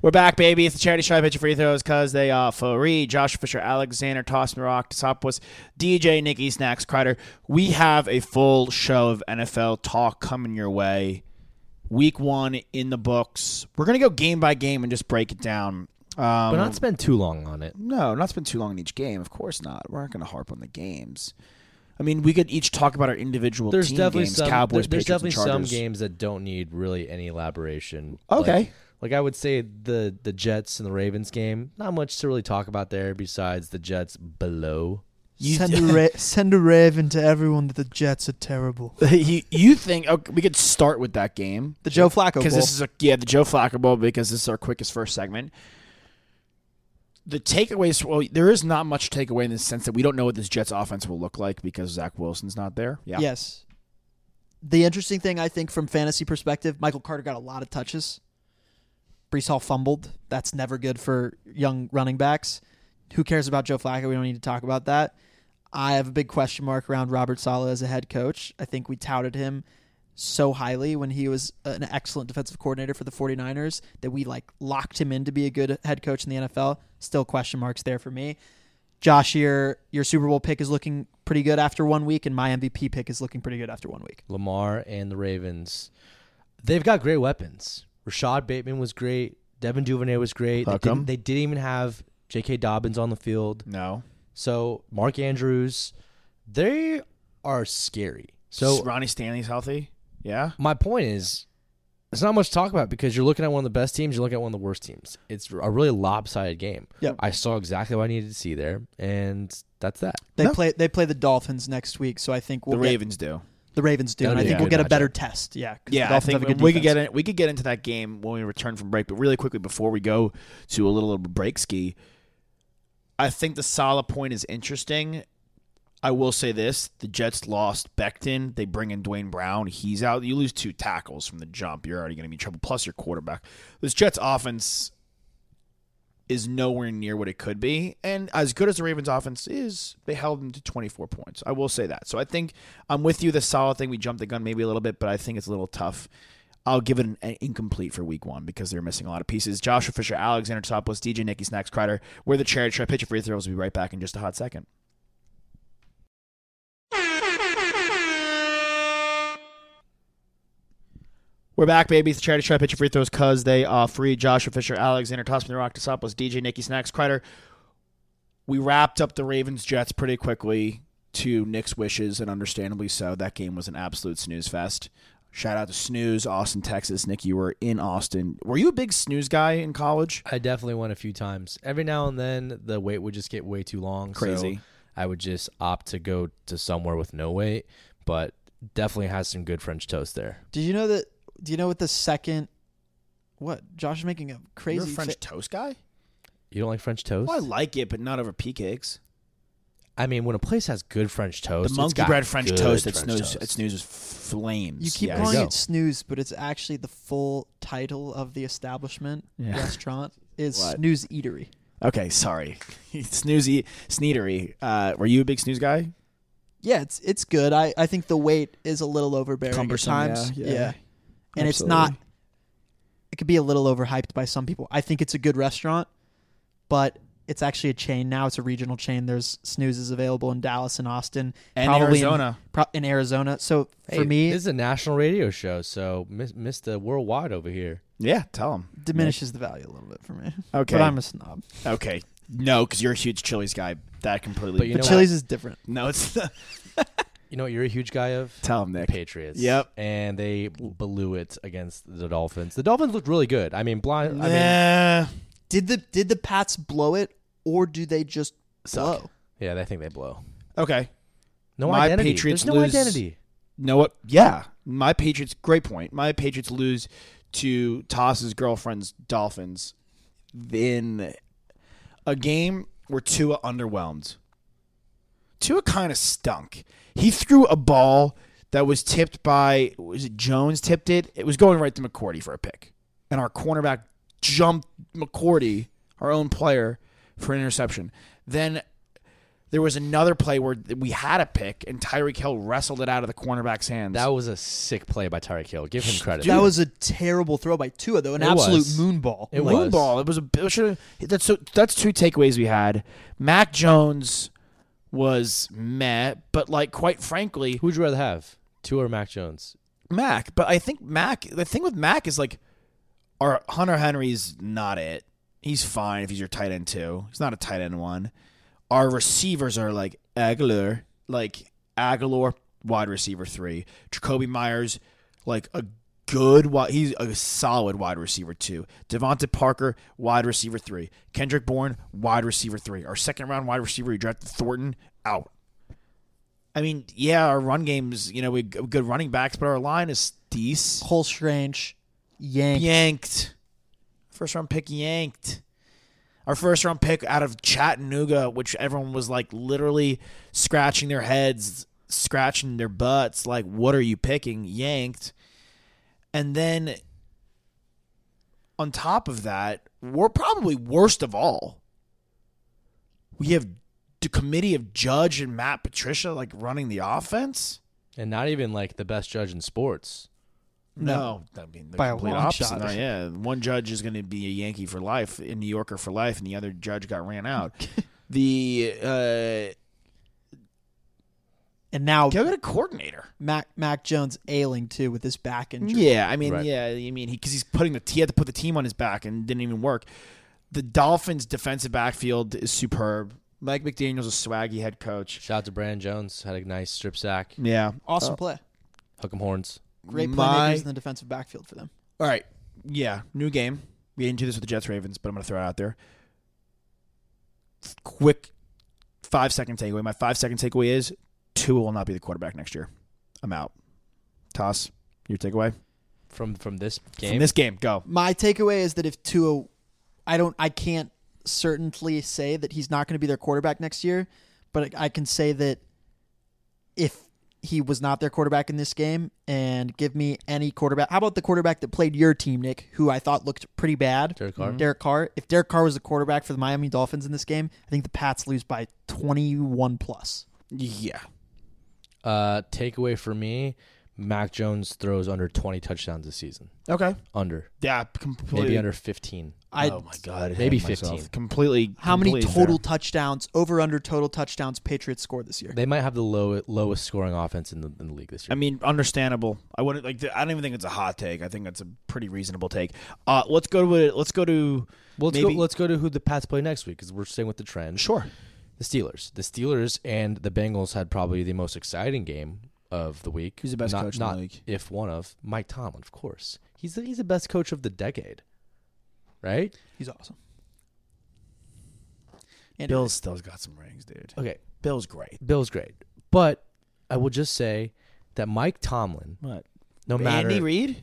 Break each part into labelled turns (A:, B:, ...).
A: We're back, baby. It's the charity stripe at your free throws because they are free. Josh Fisher, Alexander, Toss Rock, Tosopoulos, DJ, Nikki, Snacks, Kreider. We have a full show of NFL talk coming your way. Week one in the books. We're going to go game by game and just break it down. Um,
B: but not spend too long on it.
A: no, not spend too long in each game. Of course not. We're not going to harp on the games. I mean, we could each talk about our individual
B: There's
A: team
B: definitely
A: games,
B: some.
A: Cowboys,
B: there's
A: Patriots, and
B: definitely some
A: Chargers.
B: games that don't need really any elaboration.
A: Okay.
B: Like, like I would say the the Jets and the Ravens game. Not much to really talk about there besides the Jets below.
C: send, a ra- send a raven to everyone that the Jets are terrible.
A: you, you think okay, we could start with that game?
C: The Joe Flacco
A: because
C: Bowl.
A: this is a yeah the Joe Flacco Bowl because this is our quickest first segment. The takeaways well, there is not much takeaway in the sense that we don't know what this Jets offense will look like because Zach Wilson's not there. Yeah,
C: Yes. The interesting thing I think from fantasy perspective, Michael Carter got a lot of touches. Brees Hall fumbled. That's never good for young running backs. Who cares about Joe Flacco? We don't need to talk about that. I have a big question mark around Robert Sala as a head coach. I think we touted him so highly when he was an excellent defensive coordinator for the 49ers that we like locked him in to be a good head coach in the NFL. Still question marks there for me. Josh, your your Super Bowl pick is looking pretty good after one week, and my MVP pick is looking pretty good after one week.
B: Lamar and the Ravens. They've got great weapons. Rashad Bateman was great. Devin Duvernay was great. They
A: Huckam.
B: didn't, they didn't even have J.K. Dobbins on the field.
A: no.
B: So Mark Andrews, they are scary.
A: So
B: So
A: Ronnie Stanley's healthy. Yeah,
B: my point is there's not much to talk about because you're looking at one of the best teams, you're looking at one of the worst teams. It's a really lopsided game.
C: Yep.
B: I saw exactly what I needed to see there, and that's that.
C: They
A: No.
C: play they play the Dolphins next week, so I think we'll
A: the
C: get-
A: Ravens do.
C: the Ravens do,
B: That'll
C: and I
B: be a
C: think we'll
B: good
C: get a
B: matchup.
C: better test. Yeah, 'cause the
A: Yeah, I
C: Dolphins
A: think
C: have a good
A: we could
C: defense.
A: get in, we could get into that game when we return from break. But really quickly before we go to a little break ski, I think the Salah point is interesting. I will say this: the Jets lost Becton. They bring in Dwayne Brown. He's out. You lose two tackles from the jump. You're already going to be in trouble. Plus your quarterback. This Jets offense is nowhere near what it could be. And as good as the Ravens offense is, they held them to 24 points. I will say that. So I think I'm with you. The solid thing, we jumped the gun maybe a little bit, but I think it's a little tough. I'll give it an, an incomplete for week one because they're missing a lot of pieces. Joshua Fisher, Alexander Topos, DJ Nicky Snacks, Crider. We're the charity trip. Pitch your free throws. We'll be right back in just a hot second. We're back, baby. It's the charity shop. Pitch your free throws because they are free. Joshua Fisher, Alexander Tossman, Rock Tosopoulos, DJ, Nikki Snacks, Kreider. We wrapped up the Ravens Jets pretty quickly to Nick's wishes, and understandably so. That game was an absolute snooze fest. Shout out to Snooze, Austin, Texas. Nick, you were in Austin. Were you a big snooze guy in college?
B: I definitely won a few times. Every now and then, the wait would just get way too long. so
A: Crazy.
B: I would just opt to go to somewhere with no wait, but definitely has some good French toast there.
C: Did you know that? Do you know what the second? What Josh is making a
A: You're a
C: crazy
A: French
C: fa-
A: toast guy?
B: You don't like French toast?
A: Well, I like it, but not over pea cakes.
B: I mean, when a place has good French toast,
A: The
B: it's
A: monkey
B: got
A: bread French
B: good
A: toast at
B: French
A: Snooze,
B: toast.
A: at Snooze is flames.
C: You keep
A: Yes.
C: calling
B: go.
C: it snooze, but it's actually the full title of the establishment restaurant is
A: What?
C: Snooze Eatery.
A: Okay, sorry. Snoozy, Sneedery. Uh, were you a big snooze guy?
C: Yeah, it's it's good. I, I think the weight is a little overbearing
A: Cumbersome,
C: at times.
A: yeah, yeah.
C: and it's not. It could be a little overhyped by some people. I think it's a good restaurant, but it's actually a chain now. It's a regional chain. There's snoozes available in Dallas and Austin,
A: And
C: probably in-
A: Arizona.
C: pro- in, Arizona. So
B: Hey,
C: for me,
B: this is a national radio show, so miss, miss the worldwide over here.
A: Yeah, tell him.
C: diminishes the value a little bit for me.
A: Okay.
C: but I'm a snob.
A: Okay. No, because you're a huge Chili's guy. That completely.
B: But you
C: But
B: know what?
C: Chili's is different.
A: no, it's not.
B: You know what you're a huge guy of?
A: Tell him, Nick.
B: Patriots.
A: Yep.
B: And they blew it against the Dolphins. The Dolphins looked really good. I mean, blind. I mean,
A: Nah.
C: Did the did the Pats blow it, or do they just
B: Suck.
C: blow?
B: yeah, I think they blow.
A: okay.
B: No
A: My
B: identity.
A: Patriots
B: There's no
A: lose-
B: identity.
A: Know what? Yeah. My Patriots, great point. My Patriots lose to Toss's girlfriend's Dolphins in a game where Tua underwhelmed. Tua kind of stunk. He threw a ball that was tipped by was it Jones tipped it? It was going right to McCourty for a pick, and our cornerback jumped McCourty, our own player, for an interception. Then there was another play where we had a pick, and Tyreek Hill wrestled it out of the cornerback's hands.
B: That was a sick play by Tyreek Hill. Give him credit.
C: That was a terrible throw by Tua, though. An
B: It
C: absolute
B: was.
C: moonball.
B: It
C: Like,
B: was.
A: Moonball. It was a. It should've- that's so. That's two takeaways we had. Mac Jones was meh, but like quite frankly,
B: Who'd you rather have, Tua or Mac Jones?
A: Mac. But I think Mac. The thing with Mac is like, our Hunter Henry's not it. He's fine if he's your tight end two. He's not a tight end one. Our receivers are like Aguilar, like Aguilar, wide receiver three. Jacoby Myers, like a good wide. He's a solid wide receiver two. Devonta Parker, wide receiver three. Kendrick Bourne, wide receiver three. Our second round wide receiver, we drafted Thornton out. I mean, yeah, our run games, you know, we g- good running backs, but our line is decent
C: Cole Strange, Yank.
A: yanked. First round pick yanked. Our first round pick out of Chattanooga, which everyone was like literally scratching their heads, scratching their butts, like, what are you picking? Yanked. And then on top of that, we're probably worst of all. We have the committee of Judge and Matt Patricia like running the offense.
B: And not even like the best judge in sports.
A: No, I mean,
C: By
A: by
C: a
A: complete
C: long
A: opposite.
C: shot.
A: No, yeah, one judge is going to be a Yankee for life, a New Yorker for life, and the other judge got ran out. the uh,
C: And now
A: go get a coordinator.
C: Mac Mac Jones ailing too with his back injury.
A: Yeah, I mean,
B: Right.
A: yeah, I mean, because he's putting the he had to put the team on his back and it didn't even work. The Dolphins' defensive backfield is superb. Mike McDaniel's a swaggy head coach.
B: Shout out to Brandon Jones. Had a nice strip sack.
A: Yeah,
C: Awesome play.
B: Hook 'em horns.
C: Great playmakers
A: Uh, My-
C: in the defensive backfield for them.
A: All right. Yeah. New game. We didn't do this with the Jets Ravens, but I'm going to throw it out there. Quick five second takeaway. My five second takeaway is Tua will not be the quarterback next year. I'm out. Toss your takeaway
B: From from this game.
A: from this game. Go.
C: My takeaway is that if Tua, I don't, I can't certainly say that he's not going to be their quarterback next year, but I can say that if he was not their quarterback in this game, and give me any quarterback. How about the quarterback that played your team, Nick, who I thought looked pretty bad? Mm-hmm.
B: Derek Carr.
C: Derek Carr. If Derek Carr was the quarterback for the Miami Dolphins in this game, I think the Pats lose by twenty-one plus.
A: Yeah.
B: Uh, takeaway for me, Mac Jones throws under 20 touchdowns this season.
A: Okay.
B: Under.
A: Yeah. Completely.
B: Maybe under 15.
C: I
A: oh my god. I hate
B: Maybe
A: myself.
B: 15.
A: Completely.
C: how many
A: completely
C: total
A: fair.
C: touchdowns over under total touchdowns Patriots score this year?
B: They might have the low, lowest scoring offense in the, in the league this year.
A: I mean, understandable. I wouldn't like. I don't even think it's a hot take. I think that's a pretty reasonable take. Uh, let's go to it. Let's go to.
B: Well, let's,
A: maybe,
B: go, let's go to who the Pats play next week because we're staying with the trend.
A: sure.
B: The Steelers. The Steelers and the Bengals had probably the most exciting game of the week.
A: Who's the best
B: Not-
A: coach in the
B: not
A: league?
B: If one of Mike Tomlin, of course. He's the, he's the best coach of the decade, right?
C: He's awesome. And
A: Bill's still's got some rings, dude.
B: Okay,
A: Bill's great.
B: Bill's great, but I will just say that Mike Tomlin,
A: What?
B: no matter
A: Andy Reid?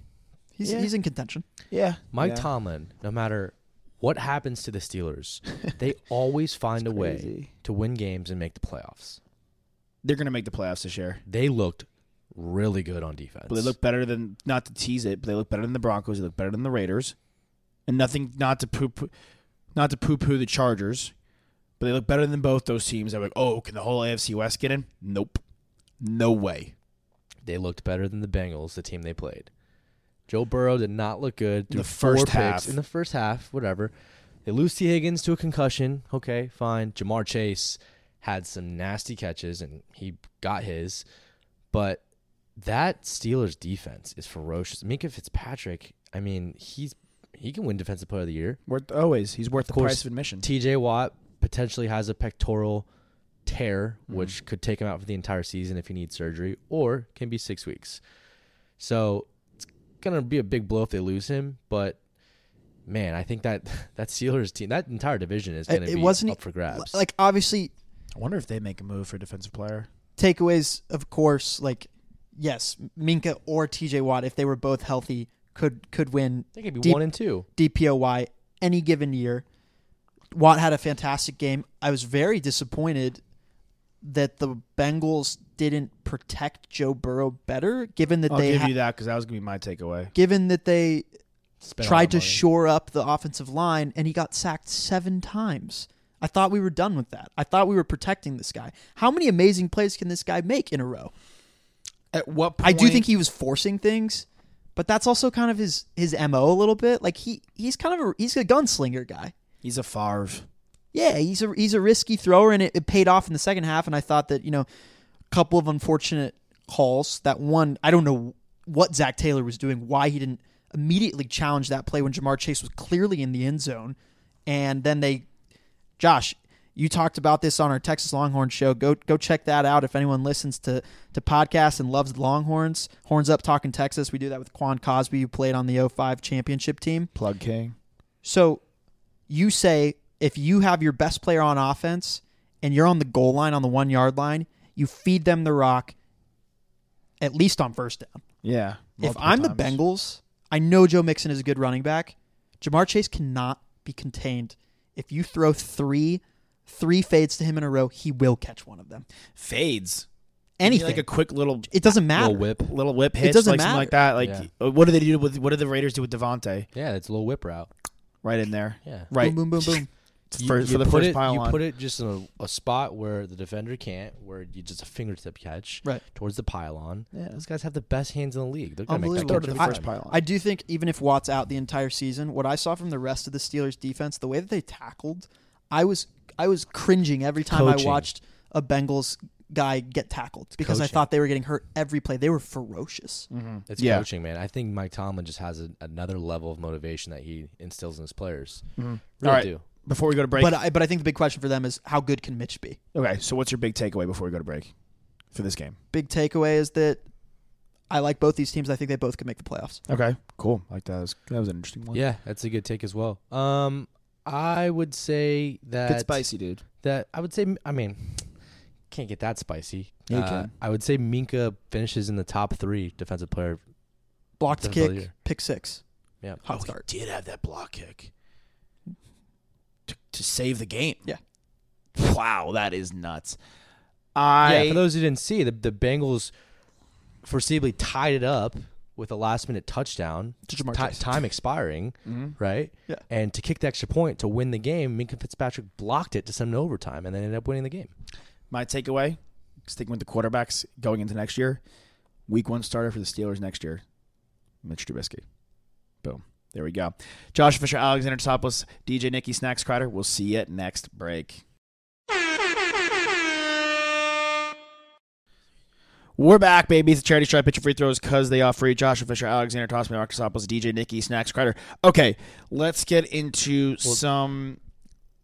C: he's,
A: Yeah.
C: he's in contention.
A: Yeah.
B: Mike Tomlin, no matter what happens to the Steelers, they always find a way
A: crazy.
B: to win games and make the playoffs.
A: They're gonna make the playoffs this year.
B: They looked really good on defense.
A: But they look better than not to tease it, but they look better than the Broncos, they look better than the Raiders. And nothing not to poo poo- not to poo poo the Chargers. But they look better than both those teams. I'm like, oh, can the whole AFC West get in? Nope. No way.
B: They looked better than the Bengals, the team they played. Joe Burrow did not look good through
A: the first
B: four picks
A: half.
B: in the first half. Whatever. They lose T Higgins to a concussion. Okay, fine. Jamar Chase had some nasty catches and he got his, but that Steelers defense is ferocious. Minka Fitzpatrick. I mean, he's he can win Defensive Player of the Year.
A: Worth always. He's worth the
B: course,
A: price of admission.
B: T.J. Watt potentially has a pectoral tear,
A: Mm-hmm.
B: which could take him out for the entire season if he needs surgery, or can be six weeks. So it's gonna be a big blow if they lose him. But man, I think that that Steelers team, that entire division is gonna
C: It- it
B: be
C: wasn't
B: up for grabs.
C: Like obviously
A: I wonder if they make a move for a defensive player.
C: takeaways, of course, like yes, Minka or TJ Watt, if they were both healthy, could could win
B: they could be
C: D-
B: one and two.
C: DPOY any given year. Watt had a fantastic game. I was very disappointed that the Bengals didn't protect Joe Burrow better, given that
A: I'll
C: they
A: give
C: ha-
A: you that because that was gonna be my takeaway.
C: given that they
B: Spent a lot
C: tried
B: of
C: to
B: money.
C: shore up the offensive line and he got sacked seven times. I thought we were done with that. I thought we were protecting this guy. How many amazing plays can this guy make in a row?
A: At what
C: I do think he was forcing things, but that's also kind of his his MO a little bit. Like he he's kind of a he's a gunslinger guy.
A: he's a Favre.
C: Yeah, he's a he's a risky thrower and it, it paid off in the second half and I thought that, you know, a couple of unfortunate calls. That one, I don't know what Zach Taylor was doing, why he didn't immediately challenge that play when Jamar Chase was clearly in the end zone. And then they Josh, you talked about this on our Texas Longhorn show. Go go check that out if anyone listens to to podcasts and loves the Longhorns. Horns Up Talking Texas. We do that with Quan Cosby, who played on the 05 championship team.
A: Plug King.
C: So you say if you have your best player on offense and you're on the goal line on the one yard line, you feed them the rock at least on first down.
A: Yeah.
C: if I'm the Bengals, I know Joe Mixon is a good running back. Jamar Chase cannot be contained. If you throw three three fades to him in a row, he will catch one of them.
A: fades
C: Anything.
A: like a quick little
C: it doesn't matter.
B: Little whip.
A: little whip hit,
C: doesn't
A: like something like that. Like,
B: Yeah.
A: uh, what do they do with what do the Raiders do with Devontae?
B: Yeah, it's a little whip route.
A: Right in there,
B: Yeah.
A: right.
C: Boom, boom, boom, boom.
B: You-
A: for,
B: you
A: for the
B: put
A: first
B: it,
A: pylon.
B: You put it just in a, a spot where the defender can't, where you just a fingertip catch
C: Right.
B: towards the pylon. Yeah, those guys have the best hands in the league. They're gonna make that
C: Unbelievable.
B: catch
C: Throw to the
B: every
C: first
B: time.
A: pylon.
C: I do think even if Watt's out the entire season, what I saw from the rest of the Steelers defense, the way that they tackled, I was I was cringing every time
B: Coaching.
C: I watched a Bengals guy get tackled because I
B: coaching.
C: thought they were getting hurt every play. They were ferocious.
B: It's
A: Mm-hmm. Yeah.
B: coaching, man. I think Mike Tomlin just has a, another level of motivation that he instills in his players. Really
A: Mm-hmm. All right.
B: do.
A: Before we go to break,
C: But I, but I think the big question for them is how good can Mitch be?
A: okay. So what's your big takeaway before we go to break for this game?
C: Big takeaway is that I like both these teams. I think they both can make the playoffs.
A: Okay, cool. Like that was that was an interesting one.
B: Yeah, that's a good take as well. Um, I would say that
A: Get spicy, dude.
B: that I would say. I mean, can't get that spicy.
A: Yeah, you
B: Uh,
A: can.
B: I would say Minka finishes in the top three defensive player.
C: Blocked
B: That's all
C: kick,
B: year.
C: pick six.
B: Yeah, Oh,
C: Hot start.
A: did have that block kick to, to save the game.
C: Yeah.
A: Wow, that is nuts. I
B: yeah, for those who didn't see, the the Bengals foreseeably tied it up with a last minute touchdown,
C: To Jamar
B: ti-
C: Chase.
B: time expiring, right?
C: Yeah.
B: And to kick the extra point to win the game, Minka Fitzpatrick blocked it to send it to overtime, and they ended up winning the game.
A: my takeaway, sticking with the quarterbacks going into next year, week one starter for the Steelers next year, Mitch Trubisky. Boom. There we go. Josh Fisher, Alexander Topos, DJ Nikki Snacks Crider. We'll see you at next break. We're back, baby. It's a charity stripe. Pitch your free throws because they offer you. Joshua Fisher, Alexander Tosman, Marcus Topos, DJ Nikki, Snacks Crider. Okay, let's get into some.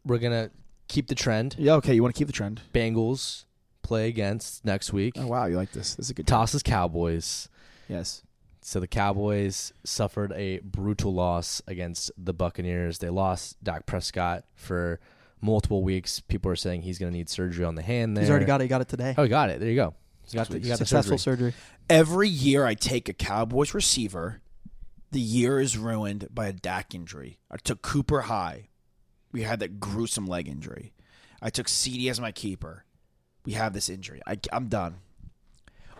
B: We're gonna keep the trend.
A: Yeah, okay. You want to keep the trend?
B: Bengals play against next week.
A: Oh, wow. You like this. This is a good
B: Tosses Cowboys.
A: Yes.
B: So the Cowboys suffered a brutal loss against the Buccaneers. They lost Dak Prescott for multiple weeks. People are saying he's going to need surgery on the hand. There,
C: He's already got it. He got it today.
B: Oh, he got it. There you go. You got the, you got the
C: Successful
B: surgery.
C: surgery.
A: Every year I take a Cowboys receiver, the year is ruined by a Dak injury. I took Cooper High. We had that gruesome leg injury. I took CD as my keeper. We have this injury. I, I'm done.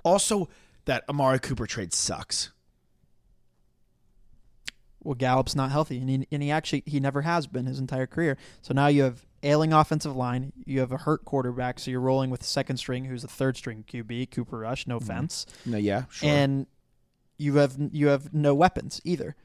A: Also, that Amari Cooper trade sucks.
C: Well, Gallup's not healthy, and he, and he actually he never has been his entire career. So now you have ailing offensive line, you have a hurt quarterback, so you're rolling with second string, who's a third string QB, Cooper Rush. No
B: Mm-hmm.
C: offense,
A: No, yeah,
C: and you have you have no weapons either.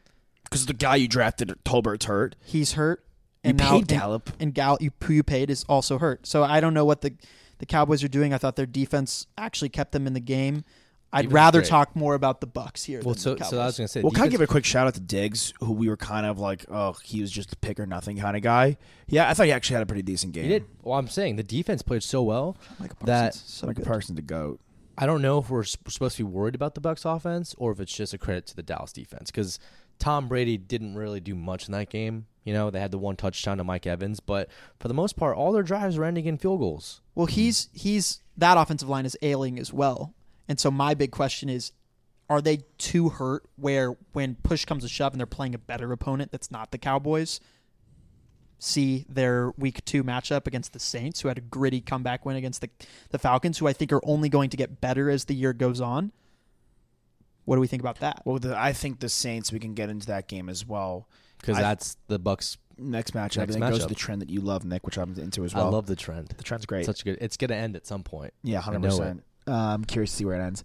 A: Because the guy you drafted, Tolbert's hurt.
C: He's hurt,
A: You
C: and now
A: paid
C: and-
A: Gallup.
C: and Gallup you, who you paid is also hurt. So I don't know what the the Cowboys are doing. I thought their defense actually kept them in the game. I'd
B: Defense is
C: rather
B: great.
C: talk more about the Bucks here.
B: Well,
C: than
B: so
C: the
B: so I was
C: Cowboys.
B: going to say.
A: Well, can I
B: defense-
A: give a quick shout out to Diggs, who we were kind of like, oh, he was just a pick or nothing kind of guy. Yeah, I thought he actually had a pretty decent game.
B: He did. Well, I'm saying the defense played so well
C: Micah
B: that
C: Parsons, so
A: Like a
C: good.
A: person to goat.
B: I don't know if we're s- supposed to be worried about the Bucks offense or if it's just a credit to the Dallas defense because Tom Brady didn't really do much in that game. You know, they had the one touchdown to Mike Evans, but for the most part, all their drives were ending in field goals.
C: Well, he's he's that offensive line is ailing as well, and so my big question is, are they too hurt? Where when push comes to shove, and they're playing a better opponent that's not the Cowboys, see their week two matchup against the Saints, who had a gritty comeback win against the, the Falcons, who I think are only going to get better as the year goes on. What do we think about that?
A: Well, the, I think the Saints. We can get into that game as well.
B: because
A: I-
B: that's the Bucks.
A: Next matchup.
B: Next
A: I think goes to
B: matchup.
A: the trend that you love, Nick, which I'm into as well.
B: I love the trend.
A: the trend's great.
B: Such a good. It's gonna end at some point.
A: yeah,
B: I
A: hundred
B: know
A: percent. Uh, I'm curious to see where it ends.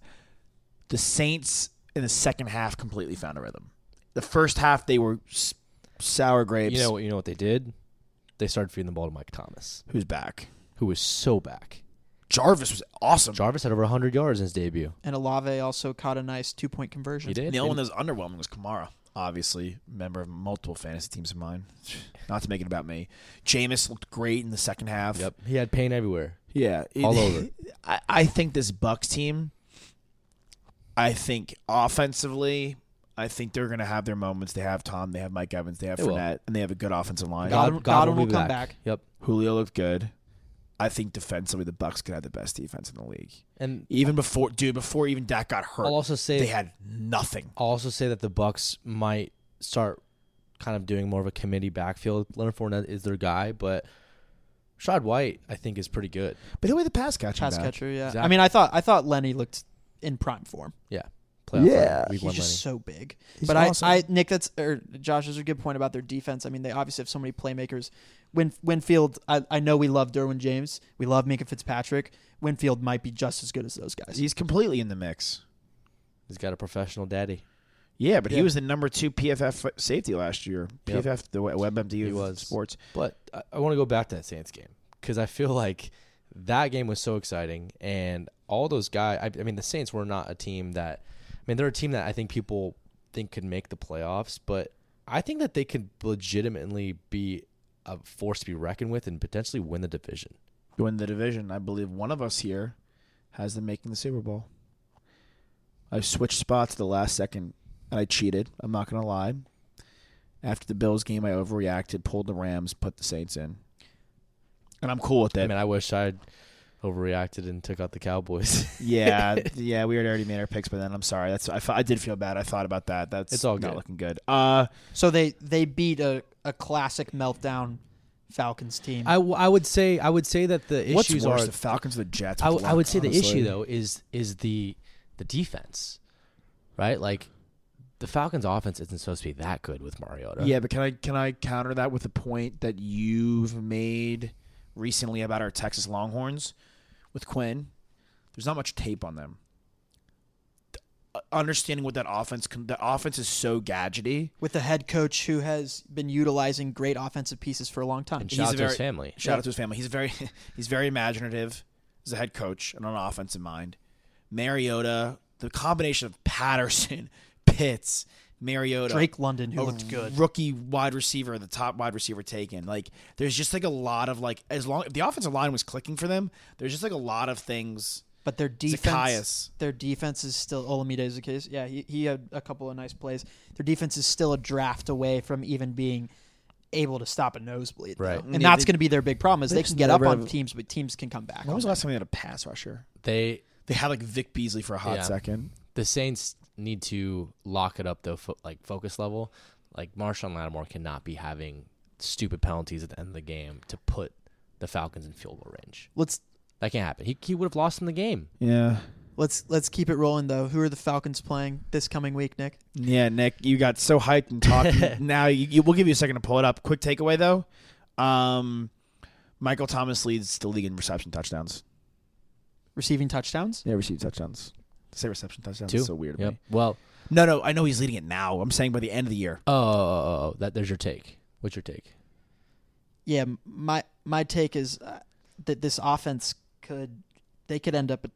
A: The Saints in the second half completely found a rhythm. The first half they were s- sour
B: it.
A: grapes.
B: You know. You know what they did? They started feeding the ball to Mike Thomas,
A: who's back?
B: who was so back.
A: Jarvis was awesome.
B: Jarvis had over 100 yards in his debut.
C: And Alave also caught a nice two point conversion.
B: He did.
A: the only one
B: And
A: that was underwhelming was Kamara, obviously, member of multiple fantasy teams of mine. Not to make it about me. Jameis looked great in the second half.
B: Yep. He had pain everywhere.
A: Yeah. it-
B: All over.
A: I, I think this Bucks team, I think offensively, I think they're going to have their moments. They have Tom, they have Mike Evans, they have
B: They will.
A: Fournette, and they have a good offensive line.
C: God- Godwin will
B: be
C: come back.
B: Yep.
A: Julio looked good. I think defensively, the Bucks could have the best defense in the league.
B: And
A: Even before, dude, before even Dak got hurt,
B: I'll also say
A: they had nothing.
B: I'll also say that the Bucks might start kind of doing more of a committee backfield. Leonard Fournette is their guy, but Shad White I think is pretty good.
A: But he'll be the pass catcher.
C: Pass
A: back.
C: catcher, yeah. I
B: Exactly.
C: mean, I thought I thought Lenny looked in prime form.
B: Yeah. Playoff
A: Yeah.
B: run, Week
C: He's
B: one
C: just
B: Lenny.
C: so big.
A: He's
C: but
A: awesome.
C: I, I, Nick, that's or Josh. That's a good point about their defense. I mean, they obviously have so many playmakers. Win, Winfield, I, I know we love Derwin James. We love Minka Fitzpatrick. Winfield might be just as good as those guys.
A: He's completely in the mix.
B: He's got a professional daddy.
A: Yeah, but
C: Yeah.
A: he was the number two PFF f- safety last year.
B: Yep.
A: PFF, the we- WebMD
B: He
A: of
B: was.
A: sports.
B: But I, I want to go back to that Saints game because I feel like that game was so exciting, and all those guys. I, I mean, the Saints were not a team that. I mean, they're a team that I think people think could make the playoffs, but I think that they could legitimately be a force to be reckoned with and potentially win the division.
A: Who win the division? I believe one of us here has them making the Super Bowl. I switched spots at the last second, and I cheated. I'm not gonna lie. After the Bills game, I overreacted, pulled the Rams, put the Saints in, and I'm cool with
B: I
A: it.
B: mean, I wish I'd overreacted and took out the Cowboys.
A: yeah, yeah, we had already made our picks by then. I'm sorry. That's I, fe- I did feel bad. I thought about that. That's
B: It's all
A: not
B: good.
A: looking good. Uh,
C: so they they beat a, a classic meltdown Falcons team.
B: I, w- I would say I would say that the
A: what's
B: issues
A: worse,
B: are
A: the Falcons or the Jets?
B: I,
A: With
B: I would say
A: luck,
B: the
A: honestly.
B: issue though is is the the defense, right? Like the Falcons' offense isn't supposed to be that good with Mariota.
A: Yeah, but can I can I counter that with a point that you've made recently about our Texas Longhorns with Quinn? There's not much tape on them. Th- uh, Understanding what that offense can, the offense is so gadgety.
C: with a head coach who has been utilizing great offensive pieces for a long time.
B: and shout out
A: a
B: to his
A: very-
B: family.
A: Shout out to his family. He's very he's very imaginative as a head coach and an offensive mind. Mariota, the combination of Patterson, Pitts, Mariota,
C: Drake London, who
A: a
C: looked good.
A: Rookie wide receiver, the top wide receiver taken. Like there's just like a lot of like as long if the offensive line was clicking for them, there's just like a lot of things.
C: But their defense,
A: Zacchaeus.
C: their defense is still Olamide is the case. Yeah, he, he had a couple of nice plays. Their defense is still a draft away from even being able to stop a nosebleed. though.
B: Right.
C: and
A: Yeah,
C: that's
A: they-
C: going to be their big problem is they,
A: they
C: can
A: just
C: get up
A: never
C: on
A: have-
C: teams, but teams can come back.
A: When
C: on
A: was the
C: them.
A: last time they had a pass rusher?
B: They
A: They had like Vic Beasley for a hot
B: Yeah.
A: second.
B: the Saints need to lock it up though, fo- like focus level. Like Marshawn Lattimore cannot be having stupid penalties at the end of the game to put the Falcons in field goal range.
C: Let's
B: That can't happen. He he would have lost in the game.
A: Yeah.
C: let's let's keep it rolling though. Who are the Falcons playing this coming week, Nick?
A: Yeah, Nick, you got so hyped and talking. now you, you, we'll give you a second to pull it up. Quick takeaway though, um, Michael Thomas leads the league in reception touchdowns.
C: Receiving touchdowns.
A: Yeah, received touchdowns. Say reception touchdowns.
B: Two.
A: That's so weird. of
B: Yep.
A: me.
B: Well,
A: No, no, I know he's leading it now. I'm saying by the end of the year.
B: oh, oh, oh, oh, that there's your take. What's your take?
C: Yeah, my my take is uh, that this offense could they could end up. At,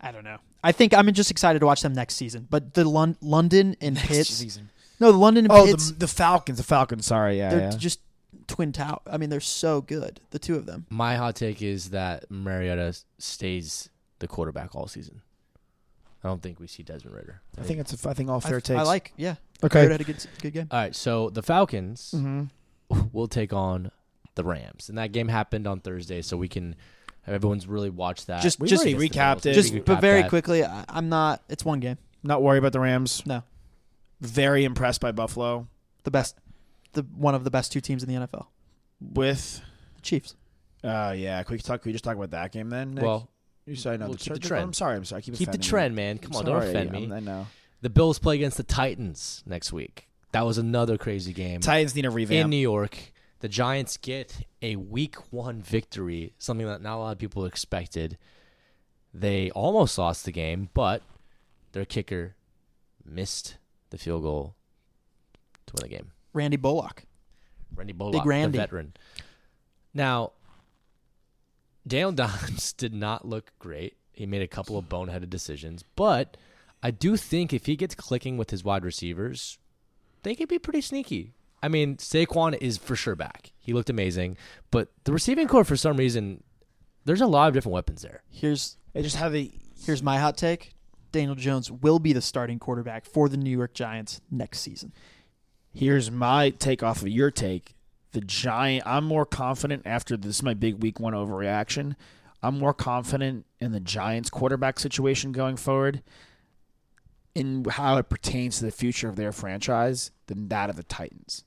C: I don't know. I think I'm just excited to watch them next season. But the Lon- London and Pitts,
A: Season.
C: no, the London and
A: Oh,
C: Pitts,
A: the, the Falcons. The Falcons. Sorry, yeah,
C: they're
A: yeah.
C: just twin tower. I mean, they're so good, the two of them.
B: My hot take is that Mariota s- stays the quarterback all season. I don't think we see Desmond Ritter.
A: I think it's. A, I think all fair
C: I,
A: takes.
C: I like, yeah. Mariota
A: Okay.
C: had a good, good game.
B: All right, so the Falcons
A: Mm-hmm.
B: will take on the Rams, and that game happened on Thursday, so we can everyone's really watched that.
C: Just-
A: We
C: just-
A: already recapped it.
C: Just,
B: we could
C: but
B: cap
C: very
B: that.
C: quickly, I, I'm not. It's one game.
A: Not worry about the Rams.
C: No,
A: Very impressed by Buffalo.
C: the best, the one of the best two teams in the NFL.
A: with.
C: Chiefs.
A: Uh, yeah. Can we talk? Can we just talk about that game then? Nick?
B: Well,
A: you said no.
B: we'll
A: the
B: keep the
A: Chargers-
B: trend.
A: I'm sorry. I'm sorry. I keep
B: keep the
A: offending you.
B: trend, man. Come
A: I'm
B: on, don't
A: sorry,
B: offend
A: I'm-
B: me.
A: I know.
B: The Bills play against the Titans next week. That was another crazy game
A: Titans need a revamp.
B: in New York. The Giants get a week one victory, something that not a lot of people expected. They almost lost the game, but their kicker missed the field goal to win the game.
C: Randy Bullock.
B: Randy Bullock,
C: Randy.
B: the veteran. Now, Daniel Dimes did not look great. He made a couple of boneheaded decisions, but I do think if he gets clicking with his wide receivers, they could be pretty sneaky. I mean, Saquon is for sure back. He looked amazing, but the receiving core for some reason, there's a lot of different weapons there.
C: Here's
A: They just have a.
C: here's my hot take. Daniel Jones will be the starting quarterback for the New York Giants next season.
A: Here's my take off of your take. The giant. I'm more confident after this. Is my big week one overreaction. I'm more confident in the Giants' quarterback situation going forward, in how it pertains to the future of their franchise than that of the Titans.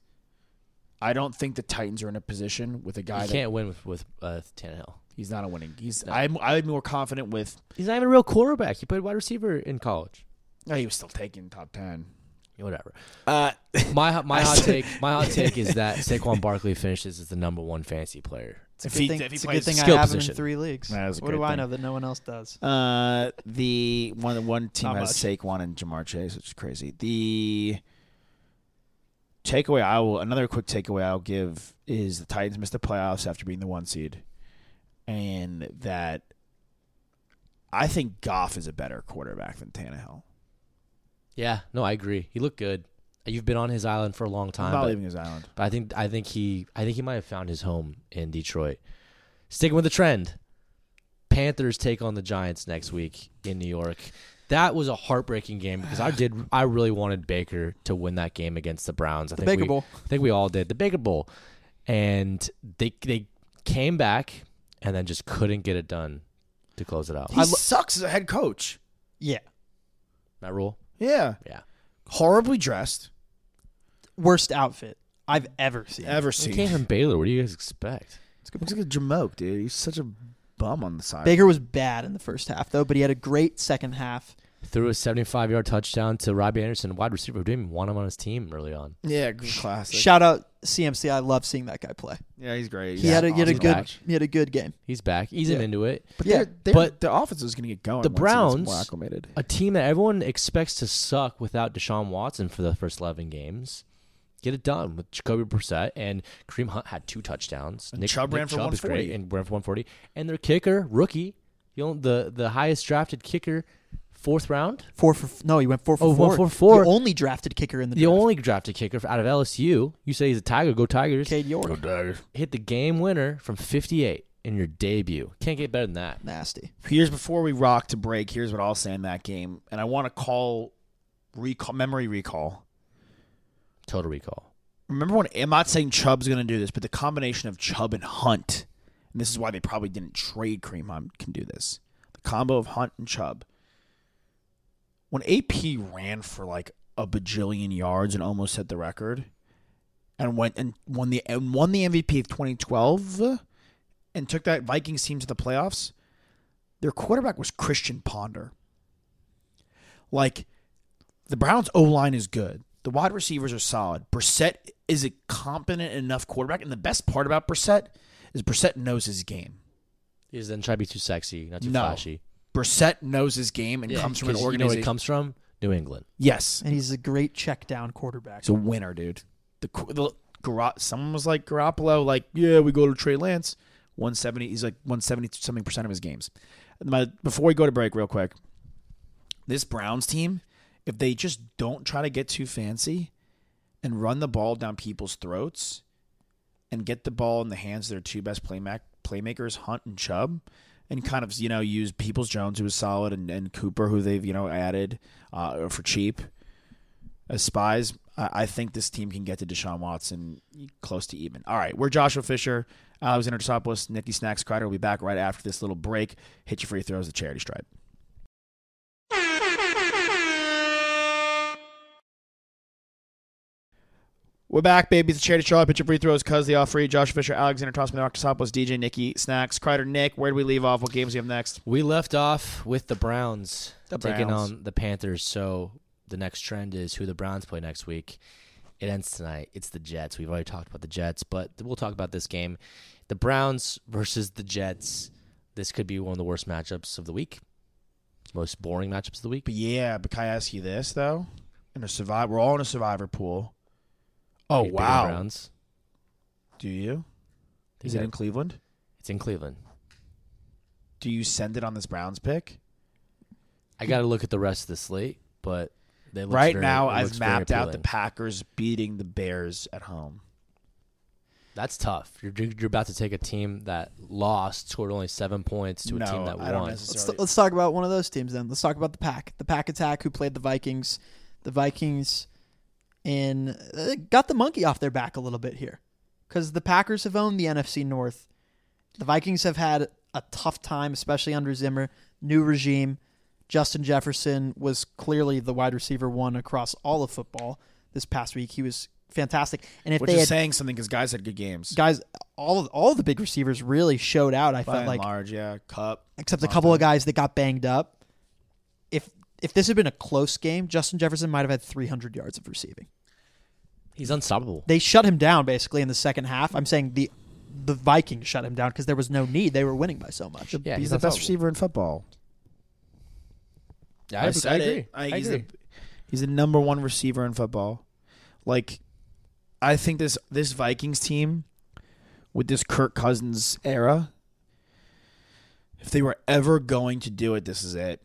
A: I don't think the Titans are in a position with a guy
B: You
A: that
B: can't win with with uh, Tannehill.
A: he's not a winning. He's I'm I'm more confident with.
B: He's not even a real quarterback. He played wide receiver in college.
A: Oh, he was still taking top ten.
B: Whatever.
A: Uh,
B: My my
A: I
B: hot
A: said-
B: take my hot take is that Saquon Barkley finishes as the number one fantasy player.
C: It's
A: If
C: a good
A: he-
C: thing,
A: if he
C: it's a
A: plays
C: good thing I
B: skill
C: have him
B: position.
C: in three leagues.
A: That is a
C: What do
A: great
C: I
A: thing.
C: know that no one else does?
A: Uh, the one the one team
C: Not
A: has
C: much.
A: Saquon and Jamar Chase, which is crazy. The takeaway I will another quick takeaway I'll give is the Titans missed the playoffs after being the one seed, and that I think Goff is a better quarterback than Tannehill.
B: Yeah, no, I agree. He looked good. You've been on his island for a long
A: I'm
B: time.
A: not
B: but-
A: leaving his island.
B: But I think I think he I think he might have found his home in Detroit. Sticking with the trend, Panthers take on the Giants next week in New York. That was a heartbreaking game because I did I really wanted Baker to win that game against the Browns. I think
C: Baker
B: we,
C: Bowl.
B: I think we all did the Baker Bowl, and they they came back and then just couldn't get it done to close it out.
A: He sucks as a head coach.
C: Yeah,
B: That rule,
A: Yeah,
B: yeah.
A: horribly dressed
C: worst outfit I've ever seen.
A: ever
B: He
A: seen.
B: came from Baylor. What do you guys expect?
A: Looks like a jamoke, dude. He's such a bum on the side.
C: Baker was bad in the first half though, but he had a great second half.
B: Threw a 75-yard touchdown to Robbie Anderson, wide receiver who didn't even want him on his team early on.
A: Yeah, good classic.
C: Shout out CMC. I love seeing that guy play.
A: yeah, he's great.
C: He had a, he had a
B: awesome
C: good
B: catch.
C: he had a good game.
B: He's back. He's
A: Yeah.
B: into it.
A: But
C: Yeah,
A: yeah, they
B: but
A: but the offense is going to get going.
B: the
A: once it gets
B: Browns-
A: more acclimated.
B: A team that everyone expects to suck without Deshaun Watson for the first 11 games. Get it done with Jacoby Brissett and Kareem Hunt had two touchdowns.
A: And Chubb ran for
B: is great
A: 140.
B: and ran for 140. And their kicker, rookie, you know, the the highest drafted kicker, fourth round.
C: Four for f- no, he went four for
B: Oh,
C: four.
B: one for four.
C: The only drafted kicker in the
B: The
C: draft.
B: only drafted kicker out of LSU. You say he's a Tiger, go Tigers.
C: Cade York.
B: Hit the game winner from 58 in your debut. Can't get better than that.
C: Nasty.
A: Here's before we rock to break. Here's what I'll say in that game, and I want to call recall memory recall.
B: Total recall.
A: Remember when I'm not saying Chubb's going to do this, but the combination of Chubb and Hunt, and this is why they probably didn't trade Kareem Hunt can do this. The combo of Hunt and Chubb. When AP ran for like a bajillion yards and almost set the record, and went and won the and won the MVP of 2012, and took that Vikings team to the playoffs, their quarterback was Christian Ponder. Like the Browns' O line is good. The wide receivers are solid. Brissett is a competent enough quarterback, and the best part about Brissett is Brissett knows his game.
B: He doesn't try to be too sexy, not too
A: No.
B: flashy.
A: Brissett knows his game and comes from an
B: 'cause you know where
A: organization.
B: it comes from? New England.
A: yes,
C: And he's a great check down quarterback.
A: he's a winner, dude. The, qu- the Garopp, someone was like Garoppolo, like yeah, we go to Trey Lance, one seventy. He's like one seventy something percent of his games. My, before we go to break, real quick, this Browns team, if they just don't try to get too fancy and run the ball down people's throats and get the ball in the hands of their two best playmak- playmakers, Hunt and Chubb, and kind of, you know, use Peoples Jones, who is solid, and, and Cooper, who they've, you know, added uh, for cheap as spies, I, I think this team can get to Deshaun Watson close to even. All right, we're Joshua Fisher, Alexander Tsopoulos, Nikki Snacks Crider. We'll be back right after this little break. Hit your free throws, the charity stripe. We're back, baby. It's a charity Charlie. Pitcher free throws, cuz the off free. Josh Fisher, Alexander Tossman, Octosopoulos, DJ, Nikki, Snacks, Kreider, Nick. Where do we leave off? What games do we have next?
B: We left off with the Browns
A: The
B: taking
A: Browns.
B: on the Panthers. So the next trend is who the Browns play next week. It ends tonight. It's the Jets. We've already talked about the Jets, but we'll talk about this game. The Browns versus the Jets. This could be one of the worst matchups of the week. Most boring matchups of the week.
A: But yeah, but can I ask you this though? In a survivor, we're all in a survivor pool. Oh
B: Hey, Big O
A: wow!
B: Browns.
A: Do you? Is
B: Yeah.
A: it in Cleveland?
B: It's in Cleveland.
A: Do you send it on this Browns pick?
B: I got to look at the rest of the slate, but they look
A: right
B: very,
A: now,
B: it
A: I've
B: looks very
A: mapped out the
B: appealing.
A: Packers beating the Bears at home.
B: That's tough. You're you're about to take a team that lost, scored only seven points to a
A: no,
B: team that
A: I don't
B: won.
C: Let's,
A: necessarily.
C: let's talk about one of those teams then. Let's talk about the Pack. The Pack attack who played the Vikings. The Vikings in uh, got the monkey off their back a little bit here cuz the Packers have owned the NFC North. The Vikings have had a tough time especially under Zimmer, new regime. Justin Jefferson was clearly the wide receiver one across all of football this past week. He was fantastic. And if
A: which
C: they
A: is
C: had
A: saying something because guys had good games.
C: guys all of, all of the big receivers really showed out. I
A: by
C: felt
A: and
C: like
A: large, yeah, Cup.
C: except a couple of guys that got banged up. If if this had been a close game, Justin Jefferson might have had 300 yards of receiving.
B: He's unstoppable.
C: They shut him down basically in the second half. I'm saying the the Vikings shut him down because there was no need. They were winning by so much.
B: Yeah,
A: he's the best receiver in football.
B: Yeah, I,
A: I said
B: agree.
A: it. I-
B: I
A: he's
B: agree.
A: the- He's the number one receiver in football. Like, I think this this Vikings team with this Kirk Cousins era, if they were ever going to do it, this is it.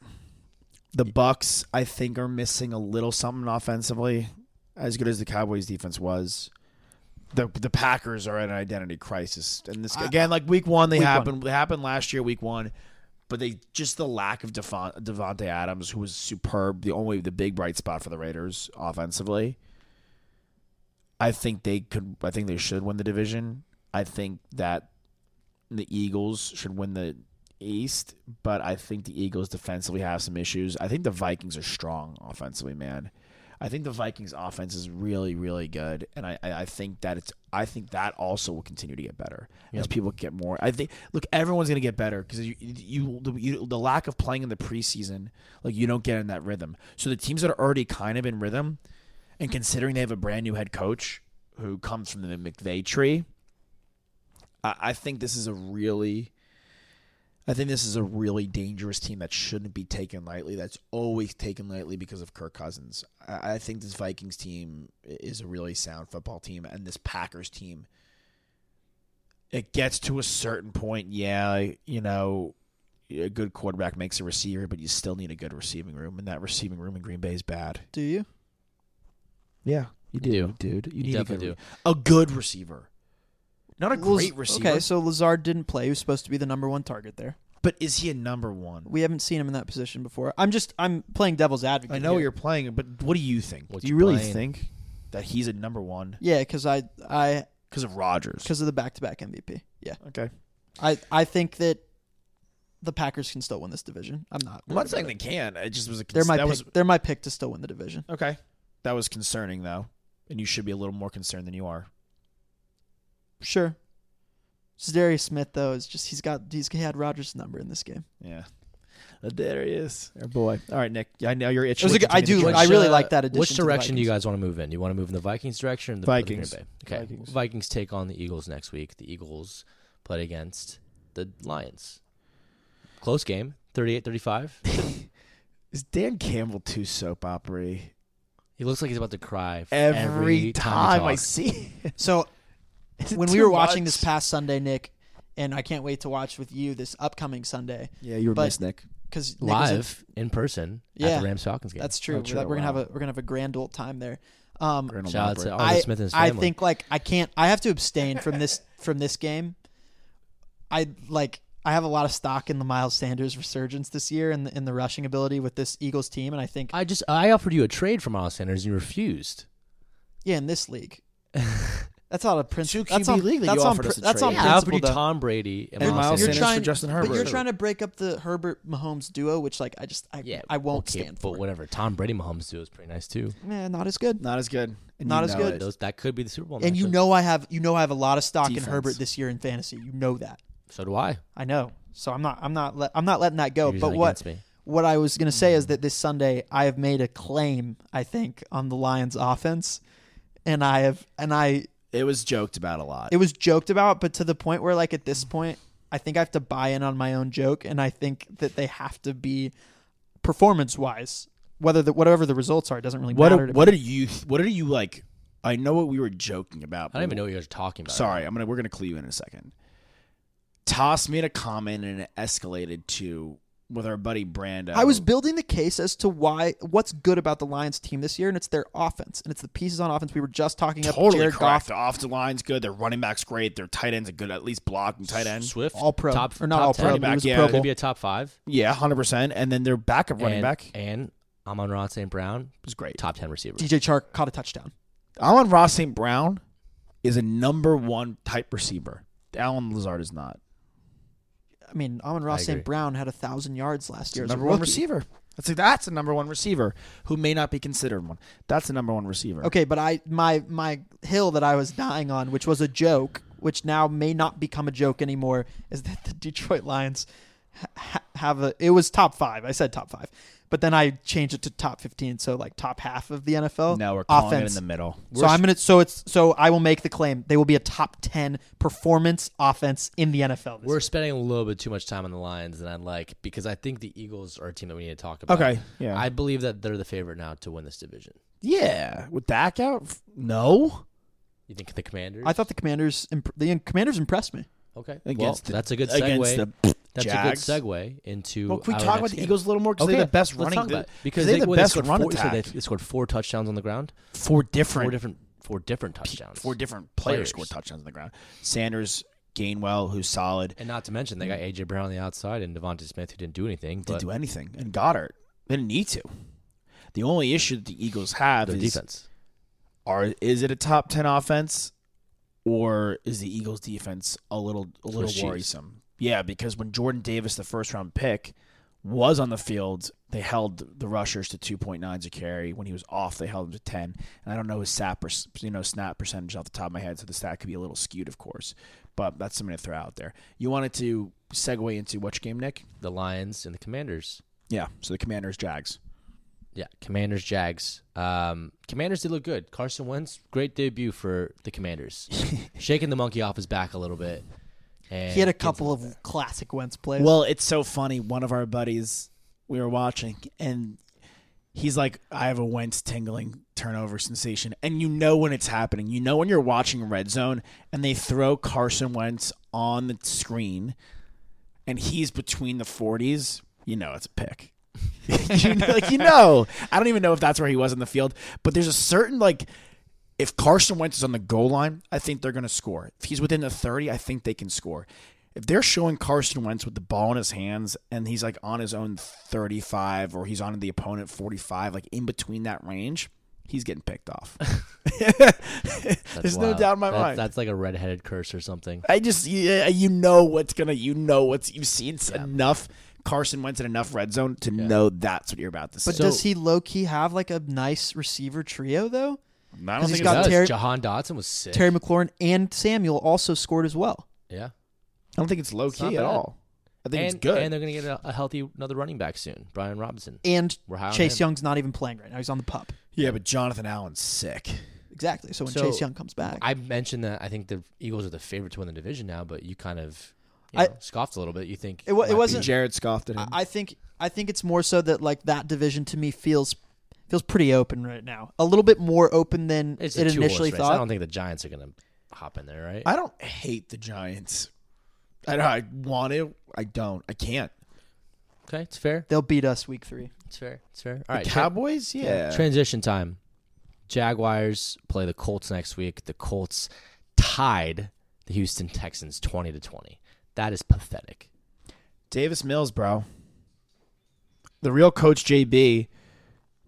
A: The Bucks, I think, are missing a little something offensively, as good as the Cowboys' defense was. The, the Packers are in an identity crisis, and this again, like week one, they
C: Week one.
A: happened. They happened last year, week one but they just the lack of Devon, Devonte Adams, who was superb, the only the big bright spot for the Raiders offensively. I think they could. I think they should win the division. I think that the Eagles should win the East, but I think the Eagles defensively have some issues. I think the Vikings are strong offensively, man. I think the Vikings offense is really, really good, and I, I I think that it's I think that also will continue to get better as people get more. I think look, everyone's gonna get better because you, you the you, the lack of playing in the preseason, like you don't get in that rhythm. So the teams that are already kind of in rhythm, and considering they have a brand new head coach who comes from the McVay tree, I, I think this is a really I think this is a really dangerous team that shouldn't be taken lightly. That's always taken lightly because of Kirk Cousins. I, I think this Vikings team i- is a really sound football team, and this Packers team. It gets to a certain point, yeah. You know, a good quarterback makes a receiver, but you still need a good receiving room, and that receiving room in Green Bay is bad.
C: Do you?
A: Yeah, you
B: do,
A: do, dude. You, need
B: definitely
A: a good, a good receiver, not a
C: Laz-
A: great receiver.
C: Okay, so Lazard didn't play. He was supposed to be the number one target there.
A: but is he a number one?
C: We haven't seen him in that position before. I'm just I'm playing devil's advocate.
A: I know
C: here.
A: you're playing, but what do you think?
B: What
A: do
B: you
A: you really
B: playing?
A: think that he's a number one
C: Yeah, because I I
A: because of Rodgers?
C: because of the back to back MVP. Yeah,
A: Okay,
C: I I think that the Packers can still win this division. I'm not.
A: I'm
C: worried
A: not
C: about
A: saying
C: it.
A: they can. It just was a
C: They're
A: cons-
C: my
A: that
C: pick,
A: was
C: they're my pick to still win the division.
A: okay. That was concerning though, and you should be a little more concerned than you are.
C: Sure. Darius Smith though is just he's got he's he had Rogers' number in this game.
A: Yeah, Uh, there he is, our boy. All right, Nick. I know you're
C: It
A: itching.
C: was a good- I do-
A: Continue to
C: I
A: play.
C: really like that addition
B: Which
C: to the
B: direction do you
C: Vikings.
B: guys want to move in? Do you want to move in the Vikings direction? Or the or the Green
A: Vikings.
B: Bay? Okay.
A: Vikings.
B: Vikings. take on the Eagles next week. The Eagles play against the Lions. Close game, 38-35.
A: Is Dan Campbell too soap opery?
B: He looks like he's about to cry
A: Every,
B: every
A: time,
B: he
A: I
B: talks.
A: see. him.
C: So
A: Is it
C: when we
A: too
C: were watching
A: much?
C: this past Sunday, Nick, and I can't wait to watch with you this upcoming Sunday
A: yeah, you were
C: but-
A: missed, Nick.
C: because
B: live in person at
C: Yeah.
B: the Rams Falcons game.
C: That's true.
A: Oh,
C: We're-
A: true,
C: We're, gonna have
A: wow.
C: a we're gonna have a grand old time there. Um,
A: Grandel
B: Shout out
A: Mopper.
B: to Arthur
C: I,
B: Smith and his
C: I
B: family.
C: think like I can't. I have to abstain from this from this game. I like. I have a lot of stock in the Miles Sanders resurgence this year and the, in the rushing ability with this Eagles team, and I think
B: I just I offered you a trade for Miles Sanders and you refused.
C: yeah, in this league, that's not a principle.
A: Two
C: That's
A: QB
C: on,
A: league that
C: that's
A: you
C: on,
A: offered us a
C: that's
A: trade.
C: on
A: Yeah,
B: I offered
C: principle.
B: you
C: though.
B: Tom Brady and,
A: And Miles
B: Miles
C: You're
B: Sanders.
A: for
C: trying,
A: Justin
C: but you're
A: Herbert.
C: trying to break up the Herbert Mahomes duo, which like I just I, I won't
B: okay,
C: stand
B: But
C: for.
B: whatever, Tom Brady Mahomes do is pretty nice too.
C: Man, not as good.
A: Not as good. And
C: Not
A: you
C: as
A: know
C: good.
A: it.
B: Those that could be the Super Bowl.
C: and you
B: matchup.
C: know I have you know I have a lot of stock
A: Defense.
C: in Herbert this year in fantasy. You know that.
B: so do I.
C: I know. So I'm not I'm not let, I'm not letting that go.
B: You're
C: but
B: using it
C: what
B: against me. Mm-hmm.
C: what I was going to say is that this Sunday I have made a claim I think on the Lions offense and I have and I
A: It was joked about a lot.
C: it was joked about but to the point where like at this point I think I have to buy in on my own joke and I think that they have to be performance wise whether the whatever the results are it doesn't really
A: what
C: matter.
A: are,
C: to
A: what are you what are you like I know what we were joking about.
B: I don't
A: but
B: even know what you guys are talking about.
A: Sorry, I'm gonna we're gonna clue you in a second. Toss made a comment and it escalated to with our buddy Brando.
C: I was building the case as to why what's good about the Lions team this year, and it's their offense, and it's the pieces on offense. We were just talking up
A: totally
C: Jared
A: correct.
C: Goff,
A: The offensive line's good. Their running back's great. Their tight ends are good. At least blocking tight end.
B: Swift,
C: all pro,
B: top
C: or not
B: top
C: all
B: 10.
C: pro,
A: Running
C: but he
A: back,
C: was a
A: yeah.
C: Pro
A: Could
C: Bowl.
B: Could be a top five.
A: Yeah, hundred percent. And then their backup running
B: and,
A: back
B: and Amon Ron St. Brown,
A: was great.
B: top ten receiver.
C: DJ Chark caught a touchdown.
A: Allen Ross St. Brown is a number one type receiver. Alan Lazard is not.
C: I mean, Amon Ross
B: agree.
C: St. Brown had a thousand yards last year. as a
A: number one
C: rookie.
A: receiver. That's a, that's a number one receiver who may not be considered one. That's a number one receiver.
C: Okay, but I my my hill that I was dying on, which was a joke, which now may not become a joke anymore, is that the Detroit Lions ha- ha- have a. It was top five. I said top five, but then I changed it to top fifteen, so like top half of the NFL.
A: Now we're calling
C: offense.
A: it in the middle.
C: So I'm gonna. So it's. So I will make the claim they will be a top ten performance offense in the NFL. This
B: We're
C: year.
B: spending a little bit too much time on the Lions than I'd like because I think the Eagles are a team that we need to talk about.
A: Okay, yeah.
B: I believe that they're the favorite now to win this division.
A: Yeah, with Dak out, f- no.
B: You think the Commanders?
C: I thought the Commanders. Imp- the in- Commanders impressed me.
B: okay. Well,
A: Against the-
B: that's a good
A: against
B: segue.
A: the
B: that's
A: Jags.
B: a good segue into.
A: Well, can
B: our
A: we talk
B: next
A: about the
B: game?
A: Eagles a little more because they're the best
B: let's
A: running
B: talk about it. because
A: they're
B: they,
A: the
B: what,
A: best
B: they scored
A: run
B: four, so
A: attack.
B: they, they scored four touchdowns on the ground.
A: four different
B: Four different, four different touchdowns.
A: four different players
B: players.
A: scored touchdowns on the ground. Sanders, Gainwell, who's solid,
B: and not to mention they got AJ Brown on the outside and Devontae Smith who didn't do anything.
A: didn't
B: but
A: do anything, and Goddard they didn't need to. The only issue that the Eagles have
B: their
A: is
B: defense.
A: are is it a top ten offense, or is the Eagles defense a little a little
B: she is.
A: worrisome? Yeah, because when Jordan Davis, the first round pick, was on the field, they held the rushers to two point nine to carry. When he was off, they held him to ten. And I don't know his sap per, you know snap percentage off the top of my head, so the stat could be a little skewed, of course. But that's something to throw out there. You wanted to segue into which game, Nick?
B: The Lions and the Commanders.
A: Yeah, so the Commanders Jags.
B: Yeah, Commanders, Jags. Um, Commanders did look good. Carson Wentz, great debut for the Commanders, shaking the monkey off his back a little bit. And
C: He had a couple of classic Wentz plays.
A: Well, it's so funny. One of our buddies we were watching, and he's like, "I have a Wentz tingling turnover sensation," and you know when it's happening. You know when you're watching Red Zone, and they throw Carson Wentz on the screen, and he's between the 40s. You know it's a pick. you know, like you know, I don't even know if that's where he was in the field, but there's a certain like. If Carson Wentz is on the goal line, I think they're going to score. If he's within the 30, I think they can score. If they're showing Carson Wentz with the ball in his hands and he's like on his own 35 or he's on the opponent 45, like in between that range, he's getting picked off.
B: That's
A: There's no
B: wild.
A: doubt in my
B: That's-
A: mind.
B: That's like a redheaded curse or something.
A: I just you, you know what's gonna you know what's you've seen enough Carson Wentz in enough red zone to know that's what you're about to see.
C: but does he low key have like a nice receiver trio though?
A: I
C: Because
A: don't
C: he's
A: think
C: got
B: That was-
C: Terry-
B: Jahan Dotson was sick.
C: Terry McLaurin and Samuel also scored as well.
B: yeah,
A: I don't think it's low key
B: not
A: at
B: bad.
A: all. I think
B: and,
A: it's good.
B: And they're gonna get a, a healthy another running back soon, Brian Robinson.
C: And
B: We're high on
C: Chase
B: him.
C: Young's not even playing right now. He's on the pup.
A: yeah, but Jonathan Allen's sick.
C: Exactly. So when
B: So,
C: Chase Young comes back,
B: I mentioned that I think the Eagles are the favorite to win the division now, but you kind of you
C: I-
B: know, scoffed a little bit. You think
C: It wa- it
B: might be-
C: wasn't-
A: Jared scoffed at him.
C: I think I think it's more so that like that division to me feels feels pretty open right now. A little bit more open than
B: It's a
C: it
B: two-horse
C: initially
B: race. I
C: thought.
B: don't think the Giants are gonna hop in there, right?
A: I don't hate the Giants. I don't. I want to. I don't. I can't.
B: okay, it's fair.
C: They'll beat us week three.
B: It's fair. It's fair. All right, Tra-
A: Cowboys. Yeah.
B: transition time. Jaguars play the Colts next week. The Colts tied the Houston Texans twenty to twenty. That is pathetic.
A: Davis Mills, bro. The real coach JB,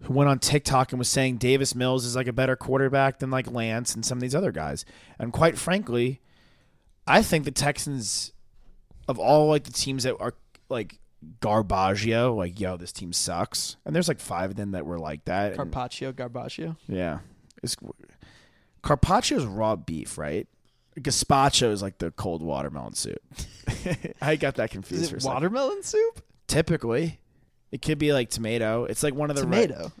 A: who went on TikTok and was saying Davis Mills is like a better quarterback than like Lance and some of these other guys. And quite frankly, I think the Texans of all like the teams that are like Garbaggio, like yo, this team sucks. And there's like five of them that were like that. and-
C: Carpaccio, Garbaccio.
A: yeah, it's Carpaccio is raw beef, right? Gazpacho is like the cold watermelon soup. I got that confused
C: Is
A: for a
C: it
A: second.
C: watermelon soup?
A: Typically, it could be like tomato. It's like one of the re-
C: Tomato.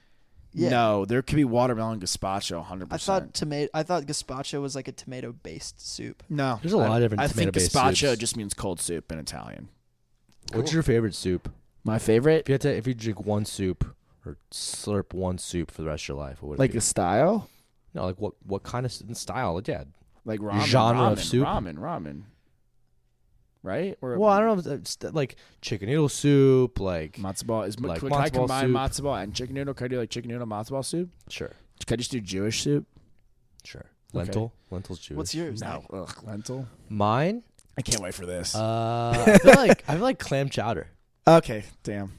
C: Yeah.
A: No, there could be watermelon gazpacho, hundred
C: I
A: percent.
C: thought tomato. I thought gazpacho was like a tomato-based soup.
A: No,
B: There's a lot of different
A: I think
B: tomato-based
A: gazpacho
B: soups.
A: just means cold soup in Italian.
B: What's your favorite soup?
A: My favorite,
B: If you had to, if you drink one soup or slurp one soup for the rest of your life, what would it
A: like
B: be?
A: a style,
B: no, like what what kind of s- style? Like yeah.
A: like ramen,
B: Genre
A: ramen,
B: of soup?
A: ramen, ramen, right? Or
B: Well, I don't know, if it's, uh, like chicken noodle soup, like
A: matzo ball is
B: Like
A: like, can I
B: matzo ball
A: combine
B: soup.
A: matzo ball and chicken noodle? Can I do like chicken noodle matzo ball soup?
B: sure,
A: Can I just do Jewish soup?
B: sure. Lentil, lentils Jewish.
C: What's yours?
A: No, Ugh, lentil.
B: Mine?
A: I can't wait for this.
B: Uh, I feel like I feel like clam chowder,
A: okay, damn.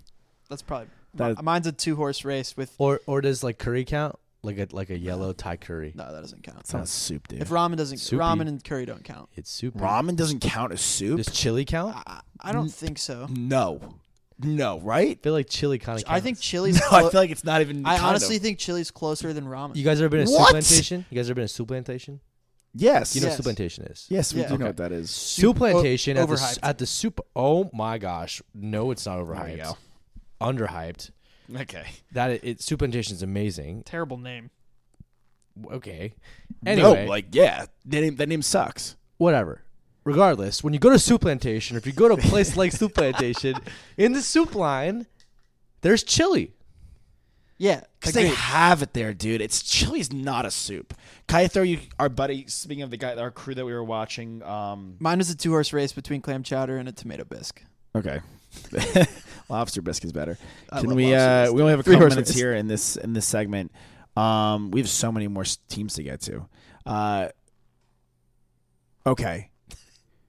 C: That's probably
A: That-
C: mi- mine's a two-horse race with.
B: or or does like curry count? Like a like a yellow Thai curry.
C: No, that doesn't count.
A: It's not soup, dude.
C: If ramen doesn't,
B: Soupy.
C: ramen and curry don't count.
B: It's soup.
A: ramen doesn't count as soup.
B: Does chili count? I
C: I, I don't think so.
A: no, no, right?
B: feel like chili kind of.
C: I think chili's.
A: No, I
C: clo-
A: feel like it's not even.
C: I
A: kind
C: honestly
A: of.
C: think chili's closer than ramen.
B: You guys ever been in a
A: What?
B: soup plantation? You guys ever been in a soup plantation?
A: yes,
B: You know
C: Yes.
B: what soup plantation is?
A: yes, we
C: Yeah.
A: do know
C: Okay.
A: what that is.
B: Soup plantation
C: o-
B: at the, s-
C: overhyped.
B: at the soup. Oh my gosh! No, it's not
A: There we
B: overhyped.
A: go.
B: Underhyped.
A: Okay.
B: That it, it soup plantation is amazing.
C: Terrible name.
B: Okay. Anyway,
A: no, like yeah, that name, that name sucks.
B: whatever. Regardless, when you go to soup plantation, or if you go to a place like soup plantation, in the soup line, there's chili.
C: Yeah,
A: Because
C: agreed.
A: they have it there, dude. It's chili's not a soup. Can I throw you our buddy? Speaking of the guy, our crew that we were watching. Um,
C: Mine was a two horse race between clam chowder and a tomato bisque.
A: okay, lobster biscuit's better.
C: I
A: Can
C: love
A: we?
C: lobster
A: Uh,
C: bisque.
A: we only have a
C: Three
A: couple
C: horse
A: minutes
C: race.
A: here in this in this segment. Um, we have so many more s- teams to get to. Uh, okay.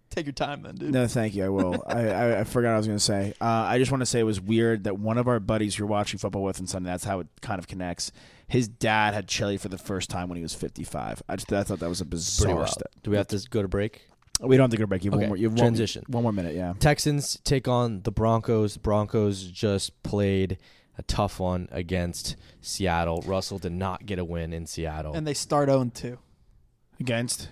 C: Take your time then, dude.
A: No, thank you. I will. I, I, I forgot I was going to say. Uh, I just want to say it was weird that one of our buddies you're watching football with on Sunday. That's how it kind of connects. His dad had chili for the first time when he was 55. I just I thought that was a
B: Pretty
A: bizarre
B: wild.
A: step.
B: uh, Do we have to go to break?
A: We don't have to go to break. You have
B: Okay,
A: one more. You have one-
B: transition.
A: One, more minute. Yeah.
B: Texans take on the Broncos. The Broncos just played a tough one against Seattle. Russell did not get a win in Seattle.
C: And they start 0 2.
A: Against.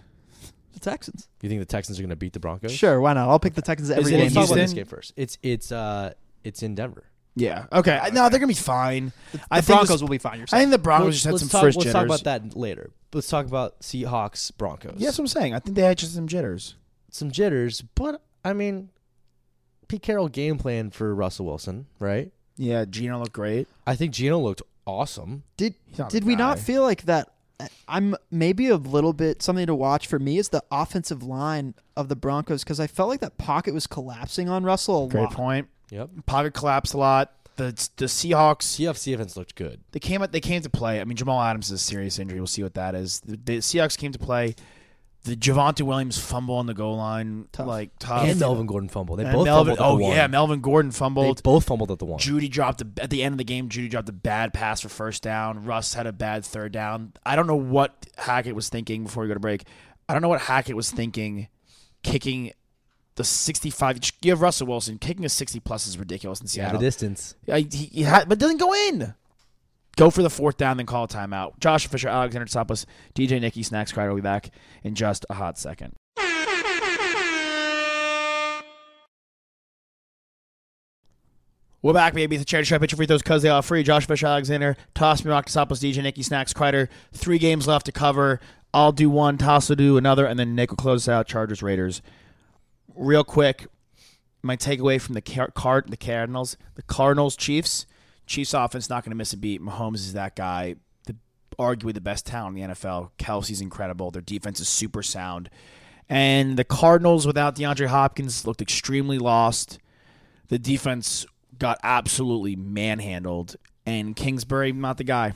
C: The Texans.
B: you think the Texans are going to beat the Broncos?
C: Sure, why not? I'll pick the Texans every
A: Is it
C: game.
A: in
B: Let's talk about
A: Houston?
B: this game first. It's it's uh it's in Denver.
A: Yeah. Okay. I- No, they're gonna be fine.
C: The, the
A: I think
C: Broncos
A: this-
C: will be fine. You're
A: I
C: saying.
A: think the Broncos
B: let's
A: just had
B: let's
A: some
B: talk,
A: first
B: let's
A: jitters.
B: talk about that later. Let's talk about Seahawks Broncos.
A: Yeah, that's what I'm saying. I think they had just some jitters.
B: some jitters, but I mean, Pete Carroll game plan for Russell Wilson, right?
A: Yeah, Gino looked great.
B: I think Gino looked awesome.
C: Did,
A: He's not
C: did
A: the
C: we not
A: guy.
C: feel like that? uh, I'm maybe a little bit something to watch for me is the offensive line of the Broncos because I felt like that pocket was collapsing on Russell a
A: Great
C: lot.
A: point.
B: Yep.
A: Pocket collapsed a lot. The the Seahawks.
B: TFC offense looked good.
A: they came they came to play. I mean, Jamal Adams is a serious injury. We'll see what that is. The, the Seahawks came to play. The Javante Williams fumble on the goal line,
C: Tough.
A: like tough.
B: Uh, And Melvin Gordon fumbled. They
A: And
B: both
A: Melvin-
B: fumbled at
A: oh
B: the one.
A: yeah, Melvin Gordon
B: they
A: fumbled.
B: both fumbled at the one.
A: Judy dropped a, at the end of the game. Judy dropped a bad pass for first down. Russ had a bad third down. I don't know what Hackett was thinking before we go to break. I don't know what Hackett was thinking, kicking the sixty-five. You have Russell Wilson kicking a sixty-plus is ridiculous in
B: Yeah,
A: Seattle.
B: the distance.
A: I, he, he had, but doesn't go in. Go for the fourth down, then call a timeout. Josh Fisher, Alexander Tsapos, DJ Nicky, Snacks Crider will be back in just a hot second. We're back, baby. It's a charity stripe pitcher free throws because they are free. Josh Fisher, Alexander, Toss Me, Rock Tsapos, DJ Nicky, Snacks Crider. Three games left to cover. I'll do one, Toss will do another, and then Nick will close us out. Chargers, Raiders. Real quick, my takeaway from the Car- Card, the Cardinals, the Cardinals, Chiefs, Chiefs offense not going to miss a beat. Mahomes is that guy, the, arguably the best talent in the NFL. Kelsey's incredible. Their defense is super sound, and the Cardinals without DeAndre Hopkins looked extremely lost. The defense got absolutely manhandled, and Kingsbury not the guy.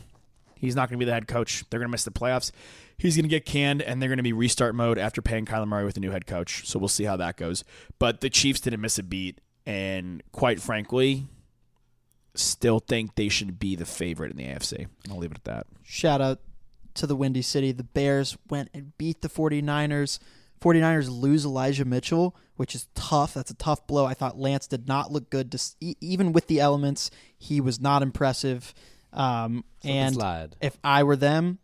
A: He's not going to be the head coach. They're going to miss the playoffs. He's going to get canned, and they're going to be restart mode after paying Kyler Murray with a new head coach. So we'll see how that goes. But the Chiefs didn't miss a beat, and quite frankly, still think they should be the favorite in the AFC. I'll leave it at that.
C: Shout out to the Windy City. The Bears went and beat the 49ers. 49ers lose Elijah Mitchell, which is tough. That's a tough blow. I thought Lance did not look good. Dis- e- even with the elements, he was not impressive. Um,
B: And
C: and
B: slide.
C: if I were them,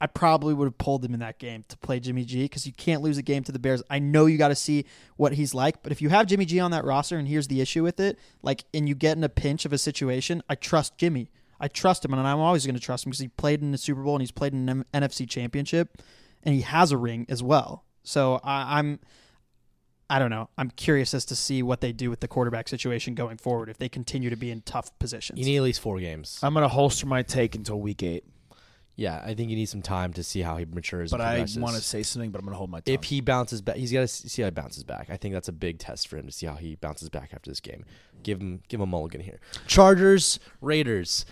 C: I probably would have pulled him in that game to play Jimmy G because you can't lose a game to the Bears. I know you got to see what he's like, but if you have Jimmy G on that roster and here's the issue with it, like, and you get in a pinch of a situation, I trust Jimmy. I trust him, and I'm always going to trust him because he played in the Super Bowl and he's played in an M- NFC Championship, and he has a ring as well. So I, I'm, I don't know. I'm curious as to see what they do with the quarterback situation going forward if they continue to be in tough positions.
B: You need at least four games.
A: I'm gonna holster my take until week eight,
B: yeah, I think you need some time to see how he matures.
A: but
B: and
A: I
B: progresses.
A: want to say something, but I'm gonna hold my tongue.
B: if he bounces back, he's got to see how he bounces back. I think that's a big test for him to see how he bounces back after this game. Give him, give him a mulligan here. Chargers, Raiders,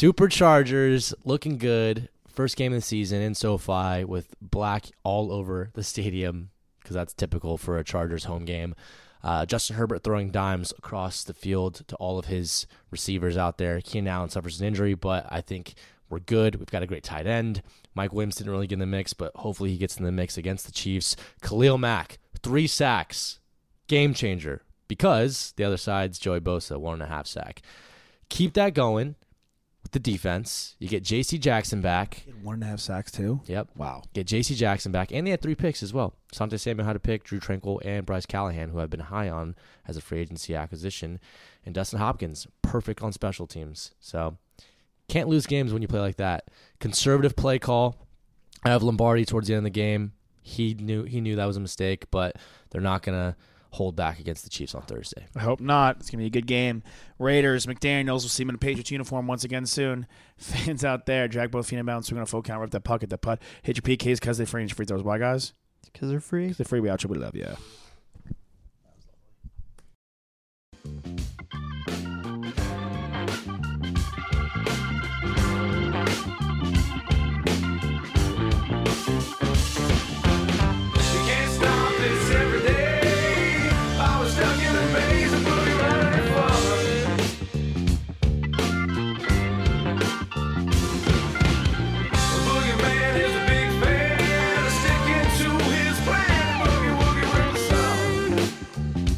B: Superchargers looking good. First game of the season in SoFi with black all over the stadium because that's typical for a Chargers home game. Uh, Justin Herbert throwing dimes across the field to all of his receivers out there. Keenan Allen suffers an injury, but I think we're good. We've got a great tight end. Mike Williams didn't really get in the mix, but hopefully he gets in the mix against the Chiefs. Khalil Mack, three sacks, game changer because the other side's Joey Bosa, one and a half sack. Keep that going with the defense. You get J.C. Jackson back.
A: one and a half sacks too.
B: Yep.
A: Wow.
B: Get J.C. Jackson back, and they had three picks as well. Sante Samuel had a pick, Drew Tranquil, and Bryce Callahan, who I've been high on as a free agency acquisition, and Dustin Hopkins, perfect on special teams. So can't lose games when you play like that. Conservative play call. I have Lombardi towards the end of the game. He knew he knew that was a mistake, but they're not gonna hold back against the Chiefs on Thursday.
A: I hope not. It's gonna be a good game. Raiders, McDaniels. We'll see him in a Patriots uniform once again soon. Fans out there, drag both feet in bounds. We're gonna full count, rip that puck at that putt. Hit your PKs because they free and free throws. Why, guys?
C: because they're free.
A: Because they free. We out. you. We love you.
D: You can't stop this every day. I was stuck in a maze and put me right under father. The boogeyman is a big fan. Sticking to his plan. Boogie woogie real sound.